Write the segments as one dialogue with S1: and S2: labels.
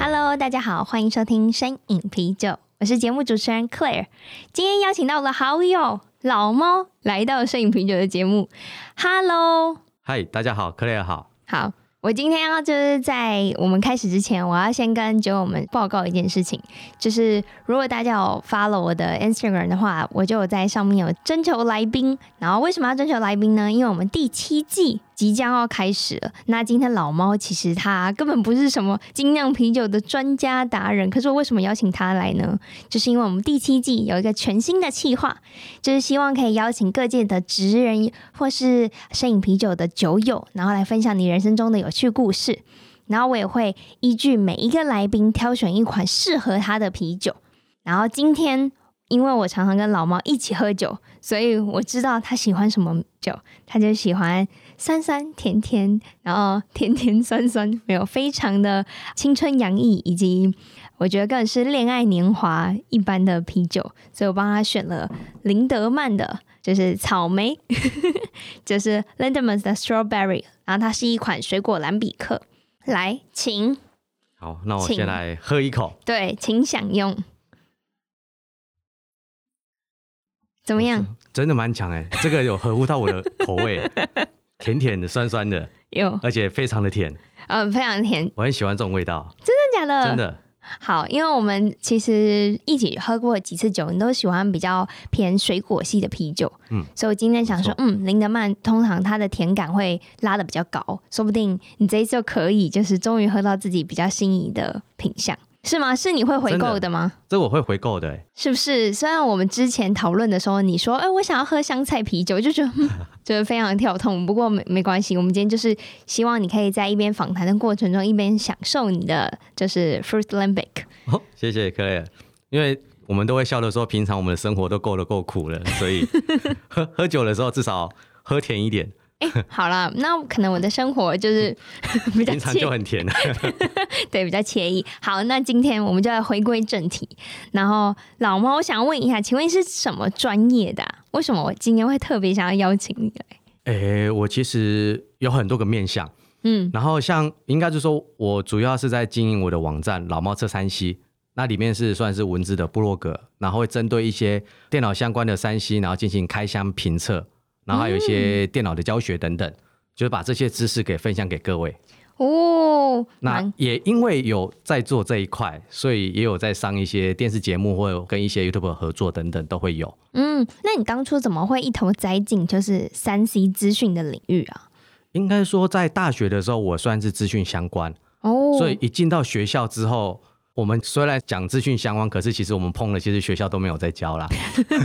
S1: Hello，大家好，欢迎收听《深饮啤酒》，我是节目主持人 Claire。今天邀请到了好友老猫来到《摄影啤酒》的节目。Hello，
S2: 嗨，大家好，克莱尔好。
S1: 好，我今天要就是在我们开始之前，我要先跟酒友们报告一件事情，就是如果大家有 follow 我的 Instagram 的话，我就有在上面有征求来宾。然后为什么要征求来宾呢？因为我们第七季即将要开始了。那今天老猫其实他根本不是什么精酿啤酒的专家达人，可是我为什么邀请他来呢？就是因为我们第七季有一个全新的企划，就是希望可以邀请各界的职人或是摄影啤酒的酒友，然后来分享你人生中的有趣故事。然后我也会依据每一个来宾挑选一款适合他的啤酒。然后今天，因为我常常跟老猫一起喝酒，所以我知道他喜欢什么酒，他就喜欢酸酸甜甜，然后甜甜酸酸，没有非常的青春洋溢，以及我觉得更是恋爱年华一般的啤酒，所以我帮他选了林德曼的，就是草莓， 就是 Lindemann 的 Strawberry，然后它是一款水果蓝比克。来，请
S2: 好，那我
S1: 请
S2: 先来喝一口，
S1: 对，请享用。怎么样？
S2: 真的蛮强哎，这个有合乎到我的口味，欸 甜甜的、酸酸的，
S1: 有，
S2: 而且非常的甜，
S1: 呃，非常甜，
S2: 我很喜欢这种味道，
S1: 真的假的？
S2: 真的。
S1: 好，因为我们其实一起喝过几次酒，你都喜欢比较偏水果系的啤酒，
S2: 嗯，
S1: 所以我今天想说，嗯，林德曼通常它的甜感会拉的比较高，说不定你这一次就可以，就是终于喝到自己比较心仪的品相，是吗？是你会回
S2: 真的
S1: 购的吗？
S2: 这我会回购的欸，
S1: 是不是？虽然我们之前讨论的时候，你说，哎、我想要喝香菜啤酒，我就觉得， 嗯觉得非常跳痛。不过没没关系，我们今天就是希望你可以在一边访谈的过程中，一边享受你的就是 fruit lambic。
S2: 哦，谢谢克莱尔，因为我们都会笑的说，平常我们的生活都过得够苦了，所 以喝喝酒的时候至少喝甜一点，
S1: 哎、好啦，那可能我的生活就是 比较
S2: 平常
S1: 惬
S2: 就很甜了。
S1: 对，比较惬意。好，那今天我们就来回归正题。然后老猫，我想问一下，请问你是什么专业的啊、为什么我今天会特别想要邀请你来？
S2: 哎，我其实有很多个面向，
S1: 嗯，
S2: 然后像应该就是说，我主要是在经营我的网站老猫车山西，那里面是算是文字的部落格，然后会针对一些电脑相关的山西，然后进行开箱评测，然后还有一些电脑的教学等等，就是把这些知识给分享给各位。
S1: 哦，
S2: 那
S1: 蛮
S2: 也因为有在做这一块，所以也有在上一些电视节目或者跟一些 YouTube 合作等等都会有。
S1: 嗯，那你当初怎么会一头栽进就是三 C 资讯的领域啊？
S2: 应该说，在大学的时候，我算是资讯相关，
S1: 哦，
S2: 所以一进到学校之后，我们虽然讲资讯相关，可是其实我们碰的其实学校都没有在教啦。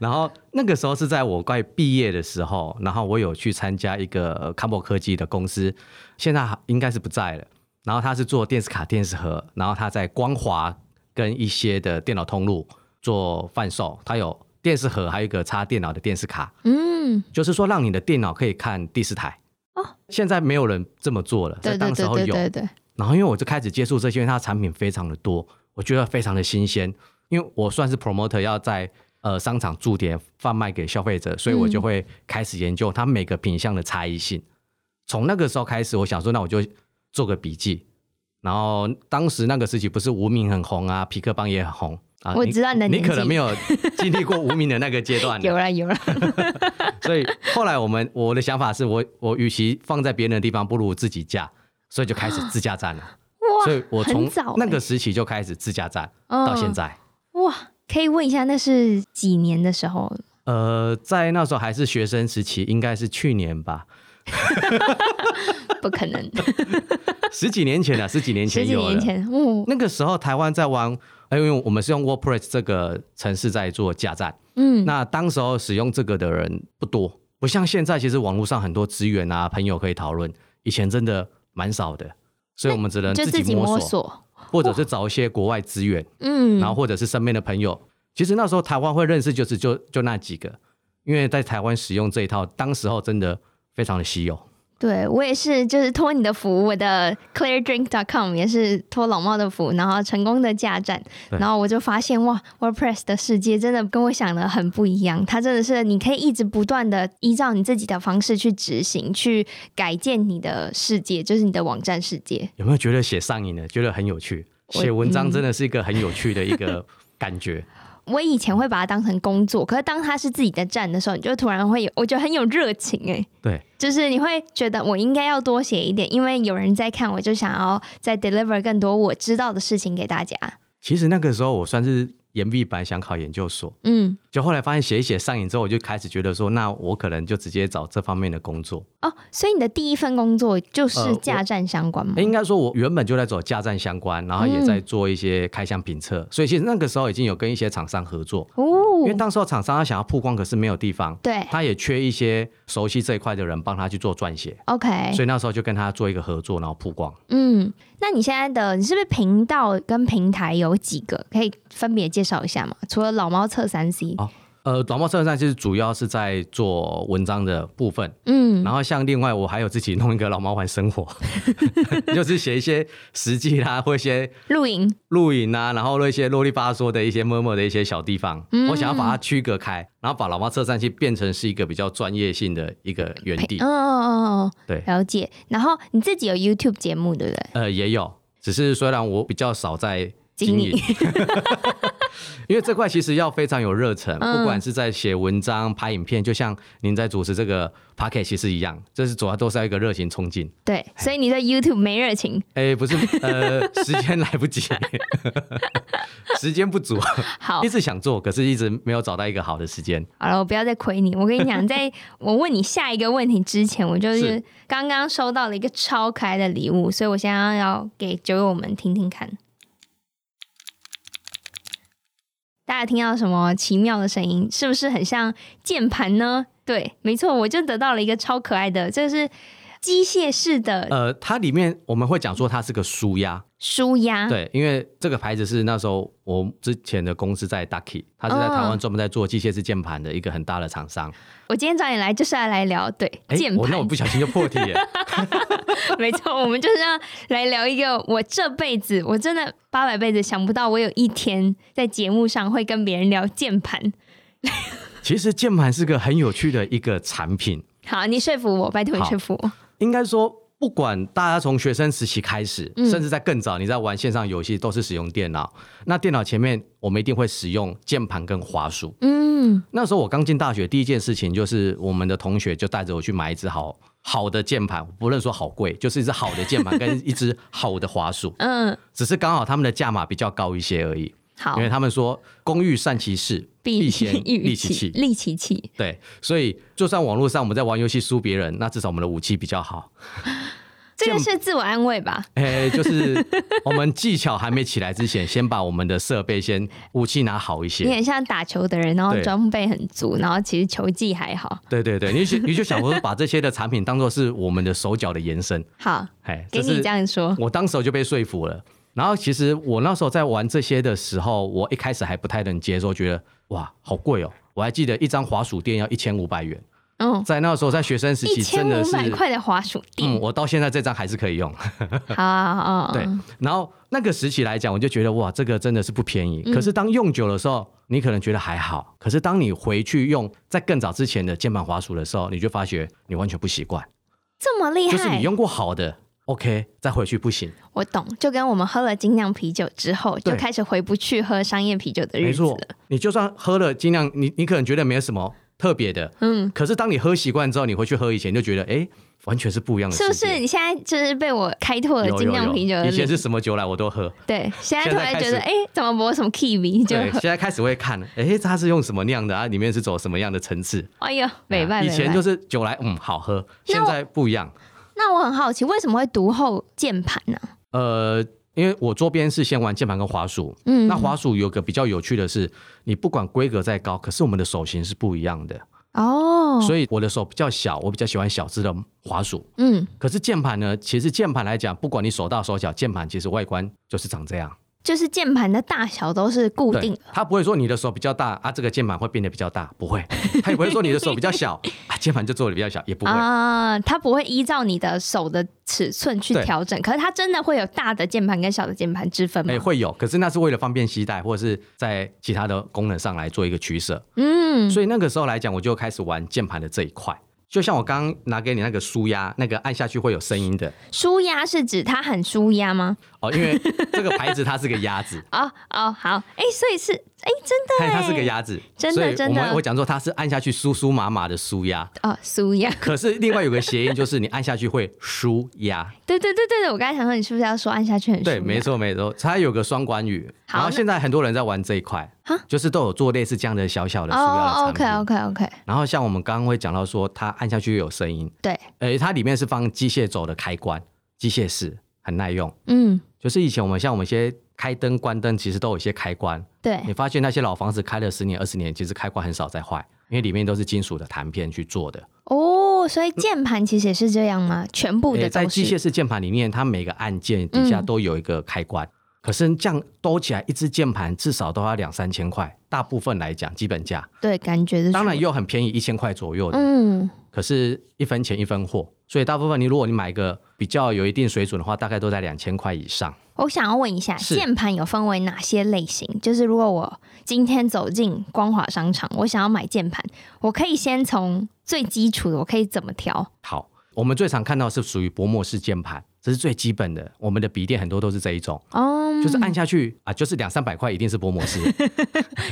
S2: 然后那个时候是在我快毕业的时候，然后我有去参加一个呃康博科技的公司，现在还应该是不在了。然后他是做电视卡、电视盒，然后他在光华跟一些的电脑通路做贩售，他有电视盒，还有一个插电脑的电视卡。
S1: 嗯，
S2: 就是说让你的电脑可以看第四台。
S1: 哦，
S2: 现在没有人这么做了，
S1: 对
S2: 在
S1: 对
S2: 当时
S1: 对
S2: 候
S1: 对
S2: 有。
S1: 对 对，
S2: 然后因为我就开始接触这些，因为它的产品非常的多，我觉得非常的新鲜。因为我算是 promoter，要在呃商场驻点贩卖给消费者，所以我就会开始研究它每个品相的差异性。从那个时候开始，我想说，那我就做个笔记。然后当时那个时期不是无名很红啊，皮克邦也很红啊。
S1: 我知道你的
S2: 你
S1: 年纪
S2: 可能没有经历过无名的那个阶段啊了，
S1: 有啦有啦，
S2: 所以后来我们我的想法是我我与其放在别人的地方，不如自己架，所以就开始自驾站了。所以我
S1: 很
S2: 从
S1: 早欸
S2: 那个时期就开始自驾站，
S1: 嗯
S2: 到现在。
S1: 哇，可以问一下那是几年的时候？
S2: 呃，在那时候还是学生时期，应该是去年吧，
S1: 不可 能，
S2: 十几年前了，十几年
S1: 十
S2: 前
S1: 几
S2: 有
S1: 年
S2: 了。
S1: 前，哦，
S2: 那个时候台湾在玩，呃因为我们是用 WordPress 这个城市在做架站，
S1: 嗯，
S2: 那当时候使用这个的人不多，不像现在，其实网络上很多资源啊，朋友可以讨论，以前真的蛮少的，所以我们只能
S1: 就
S2: 自
S1: 自己
S2: 己
S1: 摸
S2: 摸索。
S1: 索，
S2: 或者是找一些国外资源，
S1: 嗯，
S2: 然后或者是身边的朋友。其实那时候台湾会认识就是就就那几个，因为在台湾使用这一套，当时候真的非常的稀有。
S1: 对我也是，就是托你的福，我的 cleardrink.com 也是托老猫的福，然后成功的架站，
S2: 对
S1: 然后我就发现哇，WordPress 的世界真的跟我想的很不一样，它真的是你可以一直不断的依照你自己的方式去执行，去改建你的世界，就是你的网站世界。
S2: 有没有觉得写上瘾了？觉得很有趣，
S1: 我嗯
S2: 写文章真的是一个很有趣的一个感觉。
S1: 我以前会把它当成工作，可是当它是自己的站的时候，你就突然会有，我觉得很有热情哎、
S2: 对，
S1: 就是你会觉得我应该要多写一点，因为有人在看，我就想要再 deliver 更多我知道的事情给大家。
S2: 其实那个时候我算是研毕班，想考研究所，
S1: 嗯，
S2: 就后来发现写一写上瘾之后，我就开始觉得说，那我可能就直接找这方面的工作。
S1: 哦，所以你的第一份工作就是
S2: 呃我
S1: 架站相关吗？
S2: 诶应该说，我原本就在走架站相关，然后也在做一些开箱评测，所以其实那个时候已经有跟一些厂商合作，因为
S1: 哦，
S2: 当时候厂商他想要曝光，可是没有地方，
S1: 对
S2: 他也缺一些熟悉这一块的人帮他去做撰写，
S1: ，OK，
S2: 所以那时候就跟他做一个合作，然后曝光。
S1: 嗯，那你现在的你是不是频道跟平台有几个？可以分别介绍一下吗？除了老猫测三 C，
S2: 哦呃，短报测站就是主要是在做文章的部分，
S1: 嗯
S2: 然后像另外我还有自己弄一个老猫玩生活， 就是写一些实际啦、或一些
S1: 露营，
S2: 露营啊，然后一些啰里吧嗦的一些么么的一些小地方，
S1: 嗯
S2: 我想要把它区隔开，然后把老猫车站去变成是一个比较专业性的一个园
S1: 陪
S2: 地。
S1: 嗯嗯嗯嗯，
S2: 对
S1: 了解。然后你自己有 YouTube 节目，对不对？
S2: 呃，也有，只是虽然我比较少在经
S1: 经
S2: 营， 因为这块其实要非常有热忱，
S1: 嗯
S2: 不管是在写文章、拍影片，就像您在主持这个 p a c k e t 其实一样，这是主要都是要一个热情冲劲。
S1: 对，所以你对 YouTube 没热情。
S2: 哎，不是， 呃，时间来不及，时间不足，
S1: 好
S2: 一，直想做，可是一直没有找到一个好的时间。
S1: 好了，我不要再亏你。我跟你 讲，在我问你下一个问题之前，我就是
S2: 是
S1: 刚刚收到了一个超可爱的礼物，所以我现在要给酒友们听听看。大家听到什么奇妙的声音？是不是很像键盘呢？对，没错，我就得到了一个超可爱的，这是机械式的
S2: 呃，它里面我们会讲说它是个舒压，
S1: 舒压。
S2: 对，因为这个牌子是那时候我之前的公司在 Ducky，它是在台湾专门在做机械式键盘的一个很大的厂商。
S1: 我今天找你来就是要来聊对
S2: 哎、
S1: 键
S2: 我那我
S1: 盘，
S2: 不小心就破题了。
S1: 没错，我们就是要来聊一个我这辈子我真的八百辈子想不到，我有一天在节目上会跟别人聊键盘。
S2: 其实键盘是个很有趣的一个产品，
S1: 好，你说服我，拜托你
S2: 好
S1: 说服我。
S2: 应该说。不管大家从学生时期开始，
S1: 嗯
S2: 甚至在更早，你在玩线上游戏都是使用电脑。那电脑前面我们一定会使用键盘跟滑鼠。
S1: 嗯
S2: 那时候我刚进大学，第一件事情就是我们的同学就带着我去买一只好好的键盘，不论说好贵，就是一只好的键盘跟一只好的滑鼠，
S1: 嗯，
S2: 只是刚好他们的价码比较高一些而已，
S1: 好
S2: 因，为他们说公欲善其事，必先
S1: 欲
S2: 利其器。
S1: 利其器。
S2: 对，所以就算网络上我们在玩游戏输别人，那至少我们的武器比较好。
S1: 这个
S2: 键
S1: 是自我安慰吧？
S2: 诶，就是我们技巧还没起来之前，先把我们的设备先武器拿好一些。
S1: 你很像打球的人，然后
S2: 对
S1: 装备很足，然后其实球技还好。
S2: 对对对，你就你就想说把这些的产品当做是我们的手脚的延伸，
S1: 好，
S2: 哎，
S1: 给
S2: 这
S1: 你
S2: 是
S1: 这样说。
S2: 我当时就被说服了。然后其实我那时候在玩这些的时候，我一开始还不太能接受，觉得哇好贵哦。我还记得一张滑鼠垫要一千五百元，
S1: 嗯，
S2: 在那时候在学生时
S1: 一
S2: 期
S1: 千
S2: 真的
S1: 五
S2: 是，
S1: 百块哦的滑 鼠
S2: 嗯，
S1: 垫，
S2: 我到现在这张还是可以用。
S1: 好好好，好
S2: 对，然后那个时期来讲，我就觉得哇，这个真的是不便宜。
S1: 嗯
S2: 可是当用久的时候，你可能觉得还好，可是当你回去用在更早之前的键盘滑鼠的时候，你就发觉你完全不习惯，
S1: 这么厉害，
S2: 就是你用过好的，OK，再回去不行。
S1: 我懂，就跟我们喝了精酿啤酒之后，
S2: 对
S1: 就开始回不去喝商业啤酒的
S2: 没
S1: 日子
S2: 错
S1: 了。，
S2: 你就算喝了，尽量你你可能觉得没有什么特别的，
S1: 嗯，
S2: 可是当你喝习惯之后，你回去喝以前就觉得，哎，完全是不一样的
S1: 是
S2: 世
S1: 不
S2: 界。
S1: 是？你现在就是被我开拓了
S2: 有
S1: 精酿
S2: 有
S1: 啤酒
S2: 有，
S1: 的
S2: 以前
S1: 领
S2: 是什么酒来我都 喝。
S1: 对，现在
S2: 现在
S1: 突然
S2: 开
S1: 觉得，
S2: 始
S1: 哎、怎么播什么 Kiwi 就
S2: 对，
S1: 喝
S2: 现？在开始会看，哎，它是用什么酿的啊？里面是走什么样的层次？
S1: 哎呦，美
S2: 啊
S1: 办
S2: 以
S1: 美
S2: 前就
S1: 办。
S2: 是酒来，嗯，好喝，
S1: 那
S2: 现
S1: 我
S2: 在不一样。
S1: 那我很好奇，为什么会读后键盘呢？
S2: 呃，因为我桌边是先玩键盘跟滑鼠，
S1: 嗯，
S2: 那滑鼠有个比较有趣的是，你不管规格再高，可是我们的手型是不一样的。
S1: 哦，
S2: 所以我的手比较小，我比较喜欢小只的滑鼠。
S1: 嗯，
S2: 可是键盘呢，其实键盘来讲，不管你手大手小，键盘其实外观就是长这样。
S1: 就是键盘的大小都是固
S2: 对，
S1: 定，
S2: 它不会说你的手比较大啊，这个键盘会变得比较大，不 会。它也不会说你的手比较小啊，键盘就做的比较小，也不 会。
S1: 啊，它不会依照你的手的尺寸去
S2: 对
S1: 调整，可是它真的会有大的键盘跟小的键盘之分吗？
S2: 哎、会有，可是那是为了方便携带，或者是在其他的功能上来做一个取舍。
S1: 嗯，
S2: 所以那个时候来讲，我就开始玩键盘的这一块。就像我刚刚拿给你那个舒压，那个按下去会有声音的
S1: 舒压是指它很舒压吗？
S2: 哦，因为这个牌子它是个鸭子，
S1: 哦哦，好，哎、所以是哎、真
S2: 它
S1: 的
S2: 它是个
S1: 哎
S2: 鸭子，
S1: 真的
S2: 所以
S1: 真
S2: 我
S1: 的
S2: 们我讲说它是按下去舒舒麻麻的舒压，
S1: 哦，舒压，
S2: 可是另外有个谐音就是你按下去会舒 压，
S1: 对对对对对，我刚才想说你是不是要说按下去很舒压？
S2: 对，没错没错，它有个双关语。
S1: 好
S2: 然后现在很多人在玩这一块
S1: 哈，
S2: 就是都有做类似这样的小小的舒压
S1: 哦
S2: 的产
S1: ，OK
S2: 品。
S1: OK OK，
S2: 然后像我们刚刚会讲到说，它按下去有声音，
S1: 对，
S2: 诶，它里面是放机械轴的开关，机械式很耐用。
S1: 嗯，
S2: 就是以前我们像我们一些开灯、关灯，其实都有一些开关。你
S1: 对，
S2: 发现那些老房子开了十年、二十年，其实开关很少再坏，因为里面都是金属的弹片去做的。
S1: 哦，所以键盘其实也是这样吗？全部的嗯
S2: 诶在
S1: 都
S2: 机械
S1: 是，
S2: 式键盘里面，它每个按键底下都有一个开关。可是这样兜起来，一只键盘至少都要两三千块，大部分来讲基本价，
S1: 对，感觉是
S2: 当然也
S1: 全
S2: 有很便宜一千块左右
S1: 部，
S2: 的，
S1: 嗯，
S2: 可是一分钱一分货，所以大部分你如果你买个比较有一定水准的话，大概都在两千块以上。
S1: 我想要问一下，
S2: 是
S1: 键盘有分为哪些类型？就是如果我今天走进光华商场，我想要买键盘，我可以先从最基础的，我可以怎么调？
S2: 好，我们最常看到是属于薄膜式键盘，这是最基本的。我们的笔电很多都是这一种，
S1: 哦、
S2: 就是按下去啊，就是两三百块一定是薄膜式，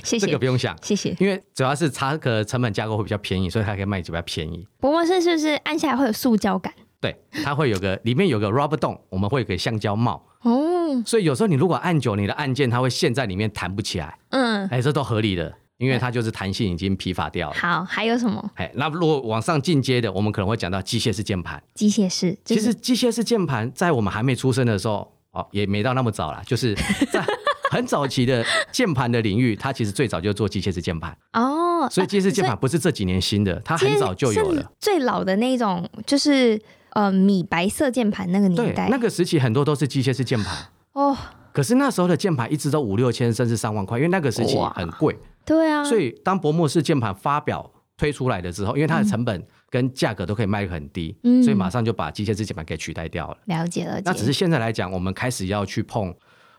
S1: 谢
S2: 这个
S1: 谢
S2: 不。用想。
S1: 谢谢，
S2: 因为主要是它的成本架构会比较便宜，所以它可以卖比较便宜。
S1: 薄膜式是不是按下来会有塑胶感？
S2: 对，它会有个里面有个 rubber 洞，我们会有个橡胶帽，
S1: 哦，
S2: 所以有时候你如果按久，你的按键它会陷在里面弹不起 来，
S1: 嗯，
S2: 哎，这都合理的，因为它就是弹性已经疲乏掉了。
S1: 好，还有什么
S2: 哎，那如果往上进阶的，我们可能会讲到机械式键盘。
S1: 机械式？就
S2: 其
S1: 是、
S2: 实机械式键盘在我们还没出生的时候，哦，也没到那么早啦，就是 在很早期的键盘的领域，它其实最早就做机械式键盘，
S1: 哦，
S2: 所以机械式键
S1: 啊
S2: 盘不是这几年新的，它
S1: 所以
S2: 很早就有
S1: 是
S2: 了。
S1: 最老的那种就是呃米白色键盘那个
S2: 对
S1: 年代，，
S2: 那个时期很多都是机械式键盘，
S1: 哦，
S2: 可是那时候的键盘一直都五六千甚至上万块，因为那个时期
S1: 哇
S2: 很贵，
S1: 对啊，
S2: 所以当薄膜式键盘发表推出来的之后，因为它的成本跟价格都可以卖得很低，
S1: 嗯
S2: 所以马上就把机械式键盘给取代掉了。
S1: 了解了解，
S2: 那只是现在来讲，我们开始要去碰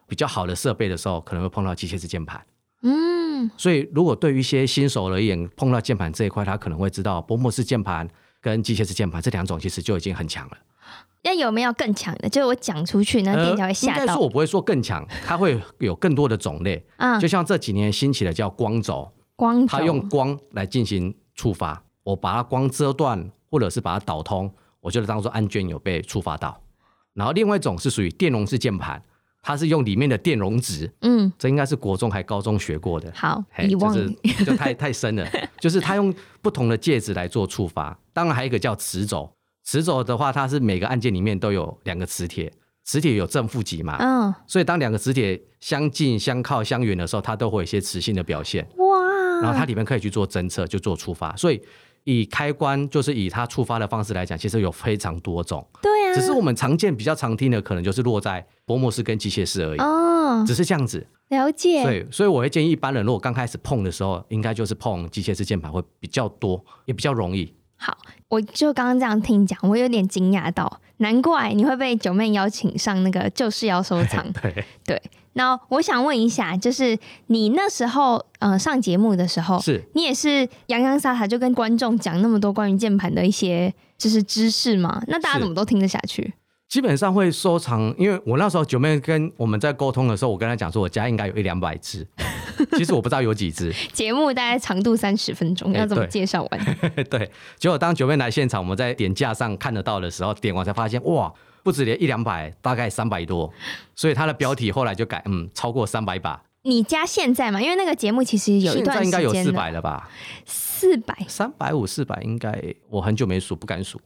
S2: 比较好的设备的时候，可能会碰到机械式键盘。
S1: 嗯
S2: 所以，如果对于一些新手而言，碰到键盘这一块，他可能会知道薄膜式键盘跟机械式键盘这两种其实就已经很强了。
S1: 那有没有更强的？就是我讲出去，那店家会
S2: 呃应
S1: 吓
S2: 该
S1: 到
S2: 说我不会说更强，它会有更多的种类。
S1: 啊、
S2: 就像这几年兴起的叫光轴，
S1: 光
S2: 它
S1: 轴
S2: 用光来进行触发，我把它光遮断，或者是把它导通，我就当做按键有被触发到。然后另外一种是属于电容式键盘，它是用里面的电容值，
S1: 嗯
S2: 这应该是国中还高中学过的，
S1: 好
S2: 嘿
S1: 遗
S2: 就
S1: 忘、
S2: 是就太太 深了。就是它用不同的介质来做触发，当然还有一个叫磁轴。磁轴的话，它是每个按键里面都有两个磁铁，磁铁有正负极嘛，
S1: 嗯
S2: 所以当两个磁铁相近、相靠、相远的时候，它都会有一些磁性的表现。
S1: 哇
S2: 然后它里面可以去做侦测，就做触发。所以以开关就是以它触发的方式来讲，其实有非常多种，
S1: 对啊，
S2: 只是我们常见比较常听的可能就是落在薄膜式跟机械式而已，
S1: 哦
S2: 只是这样子。
S1: 了解
S2: 所以，所以我会建议一般人，如果刚开始碰的时候，应该就是碰机械式键盘会比较多，也比较容易。
S1: 好，我就刚刚这样听你讲，我有点惊讶到，难怪你会被九妹邀请上那个就是要收藏。
S2: 对，
S1: 对，那我想问一下，就是你那时候呃上节目的时候，
S2: 是
S1: 你也是洋洋洒洒就跟观众讲那么多关于键盘的一些就是知识吗？那大家
S2: 是
S1: 怎么都听得下去？
S2: 基本上会收藏，因为我那时候九妹跟我们在沟通的时候，我跟她讲说，我家应该有一两百只，其实我不知道有几只。
S1: 节目大概长度三十分钟，
S2: 哎
S1: 要怎么
S2: 对
S1: 介绍完？
S2: 对，结果当九妹来现场，我们在点架上看得到的时候，点完才发现，哇，不止连一两百，大概三百多，所以它的标题后来就改，嗯，超过三百把，
S1: 你家现在嘛，因为那个节目其实有一
S2: 现
S1: 段
S2: 在
S1: 时
S2: 应该有
S1: 间
S2: 四
S1: 了，
S2: 百了吧？
S1: 四百，
S2: 三百五、四百应该，我很久没数，不敢数。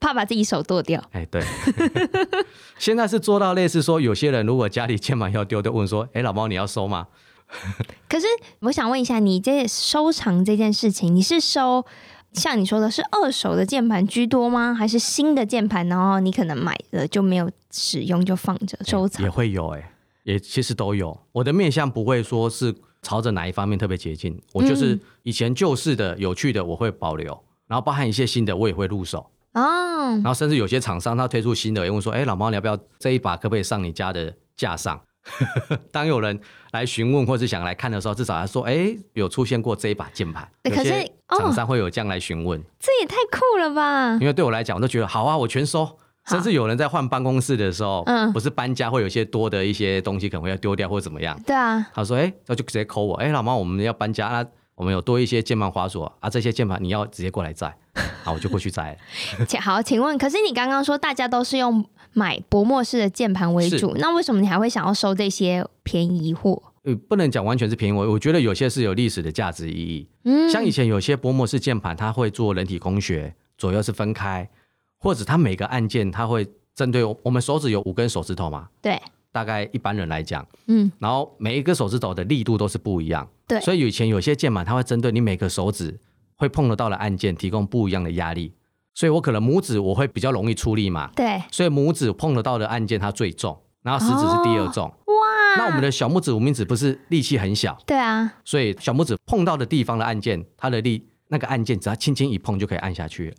S1: 怕把自己手剁掉。
S2: 哎，对， 现在是做到类似说，有些人如果家里键盘要丢，就问说，哎，老猫你要收吗？
S1: 可是我想问一下，你这收藏这件事情，你是收像你说的是二手的键盘居多吗？还是新的键盘，然后你可能买了就没有使用就放着收藏
S2: 也？会有哎、也其实都有。我的面向不会说是朝着哪一方面特别接近，
S1: 嗯
S2: 我就是以前旧式的、有趣的我会保留，然后包含一些新的我也会入手，
S1: 哦，
S2: 然后甚至有些厂商他推出新的，也问说：“哎、老猫，你要不要这一把可不可以上你家的架上？” 当有人来询问或是想来看的时候，至少他说：“哎、有出现过这一把键盘。”
S1: 对欸可是哦
S2: 有些厂商会有这样来询问，
S1: 这也太酷了 吧！
S2: 因为对我来讲，我都觉得好啊，我全收。甚至有人在换办公室的时候，
S1: 嗯
S2: 不是搬家会有一些多的一些东西可能会要丢掉或怎么样，
S1: 对啊，
S2: 他说：“哎、那就直接扣我。哎、老妈，我们要搬家啊，我们有多一些键盘滑索啊，这些键盘你要直接过来摘， 啊，我就过去摘了。
S1: 请好，请问，可是你刚刚说大家都是用买薄膜式的键盘为主，那为什么你还会想要收这些便宜货？
S2: 呃，不能讲完全是便宜，我我觉得有些是有历史的价值意义。
S1: 嗯
S2: 像以前有些薄膜式键盘，它会做人体工学，左右是分开，或者它每个按键它会针对我们手指有五根手指头嘛，
S1: 对，
S2: 大概一般人来讲，
S1: 嗯，
S2: 然后每一个手指头的力度都是不一样，
S1: 对
S2: 所以以前有些键盘它会针对你每个手指会碰得到的按键提供不一样的压力，所以我可能拇指我会比较容易出力嘛，
S1: 对，
S2: 所以拇指碰得到的按键它最重，然后食指是第二重，
S1: 哦哇，
S2: 那我们的小拇指、无名指不是力气很小，
S1: 对啊，
S2: 所以小拇指碰到的地方的按键，它的力那个按键只要轻轻一碰就可以按下去了，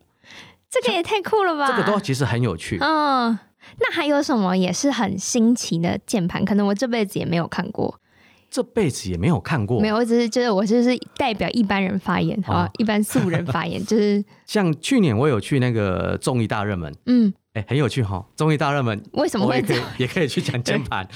S1: 这个也太酷了吧！
S2: 这个都其实很有趣。
S1: 嗯，那还有什么也是很新奇的键盘？可能我这辈子也没有看过，
S2: 这辈子也没有看过，
S1: 没有，我啊只是就是我就是代表一般人发言，好吧
S2: 哦
S1: 一般素人发言， 就是
S2: 像去年我有去那个综艺大热门，
S1: 嗯，
S2: 哎，很有趣哈、综艺大热门。
S1: 为什么
S2: 我
S1: 会
S2: 也
S1: 这
S2: 可以
S1: 样？
S2: 也可以去讲键盘，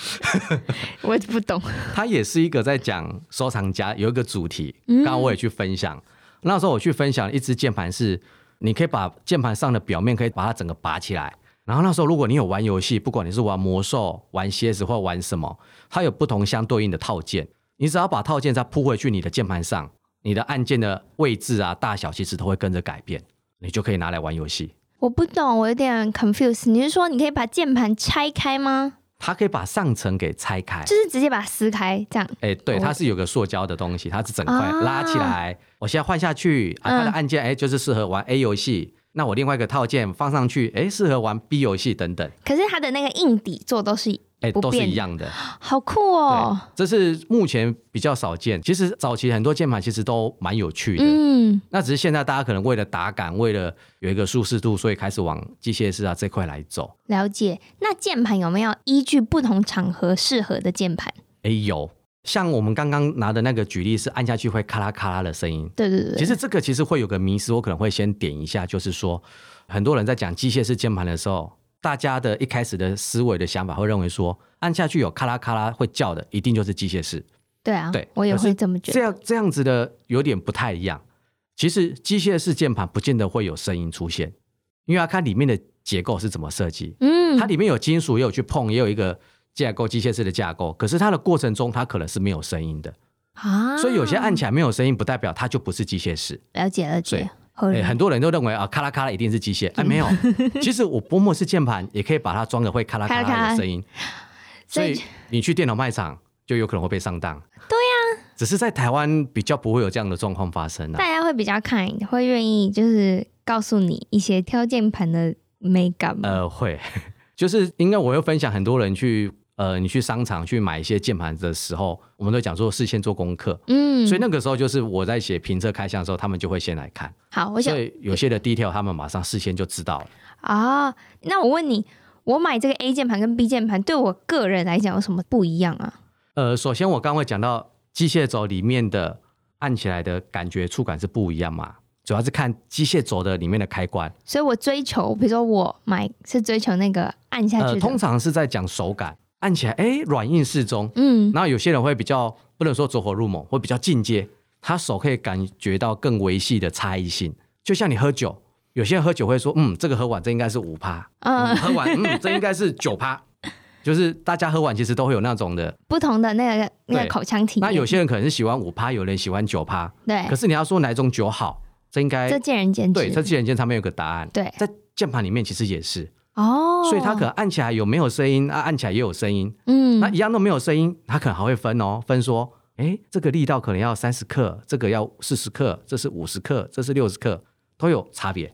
S1: 我不懂。
S2: 它也是一个在讲收藏家有一个主题，
S1: 嗯
S2: 刚刚我也去分享。那时候我去分享一只键盘是，你可以把键盘上的表面可以把它整个拔起来。然后那时候如果你有玩游戏，不管你是玩魔兽、玩蝎子或玩什么，它有不同相对应的套件，你只要把套件再铺回去你的键盘上，你的按键的位置啊、大小其实都会跟着改变，你就可以拿来玩游戏。
S1: 我不懂，我有点 confused。你是说你可以把键盘拆开吗？
S2: 它可以把上层给拆开，
S1: 就是直接把它撕开这样？
S2: 哎、对，
S1: 哦
S2: 它是有个塑胶的东西，它是整块
S1: 啊嗯
S2: 拉起来。我现在换下去啊，它的按键哎、就是适合玩 A 游戏。那我另外一个套件放上去，哎、适合玩 B 游戏等等，
S1: 可是它的那个硬底座都是
S2: 哎、
S1: 不
S2: 都是
S1: 变
S2: 一样的。
S1: 好酷哦。
S2: 对，这是目前比较少见。其实早期很多键盘其实都蛮有趣的，
S1: 嗯，
S2: 那只是现在大家可能为了打感，为了有一个舒适度，所以开始往机械式啊这块来走。
S1: 了解。那键盘有没有依据不同场合适合的键盘？
S2: 哎、有像我们刚刚拿的那个举例是按下去会咔啦咔啦的声音，
S1: 对对对，
S2: 其实这个其实会有个迷失，我可能会先点一下，就是说，很多人在讲机械式键盘的时候，大家的一开始的思维的想法会认为说，按下去有咔啦咔啦会叫的，一定就是机械式。
S1: 对啊，
S2: 对
S1: 我也
S2: 可
S1: 会
S2: 是
S1: 这么觉
S2: 这
S1: 得。
S2: 样这样子的有点不太一样。其实机械式键盘不见得会有声音出现，因为要看里面的结构是怎么设计。
S1: 嗯
S2: 它，里面有金属，也有去碰，也有一个架构机械式的架构，可是它的过程中，它可能是没有声音的。
S1: 啊，
S2: 所以有些按起来没有声音，不代表它就不是机械式。
S1: 了解了
S2: 所以
S1: 解，合
S2: 欸
S1: 理。
S2: 很多人都认为啊，咔啦咔啦一定是机
S1: 嗯
S2: 械，哎、没有， 其实我薄膜式键盘也可以把它装的会咔啦咔
S1: 咔啦咔
S2: 啦
S1: 啦
S2: 的声音，
S1: 所
S2: 所
S1: 以
S2: 以你去电脑卖场就有可能会被上当。对
S1: 啊
S2: 呀、只是在台湾比较不会有这样的状况发生啊
S1: 大。家会比较看，会愿意就是告诉你一些挑键盘的美感吗？
S2: 呃，会， 就是应该我会分享很多人去呃，你去商场去买一些键盘的时候，我们都讲说事先做功课，
S1: 嗯，
S2: 所以那个时候就是我在写评测开箱的时候，他们就会先来看，
S1: 好，我想
S2: 所以有些的 detail 他们马上事先就知道了。
S1: 啊，那我问你，我买这个 A 键盘跟 B 键盘，对我个人来讲有什么不一样啊？
S2: 呃，首先我刚刚会讲到机械轴里面的按起来的感觉触感是不一样嘛，主要是看机械轴的里面的开关。
S1: 所以我追求，比如说我买是追求那个按下去
S2: 呃，
S1: 的，
S2: 通常是在讲手感，按起来哎软硬适中。
S1: 嗯，
S2: 然后有些人会比较不能说走火入魔，会比较进阶，他手可以感觉到更维系的差异性。就像你喝酒，有些人喝酒会说，嗯，这个喝完这应该是五趴，嗯，
S1: 嗯，
S2: 喝完 嗯这应该是九趴，就是大家喝完其实都会有那种的。
S1: 不同的那个那个
S2: 对
S1: 口腔体验，
S2: 那有些人可能是喜欢五趴，有人喜欢九趴，
S1: 对
S2: 可，是你要说哪一种酒好，这应该
S1: 哎这见仁见智，
S2: 对，这既然间他们有个答案，
S1: 对
S2: 在键盘里面其实也是，
S1: 哦，
S2: 所以它可能按起来有没有声音，啊，按起来也有声音，
S1: 嗯
S2: 那一样都没有声音，它可能还会分哦，分说哎，这个力道可能要三十克，这个要四十克，这是五十克，这是六十克，都有差别。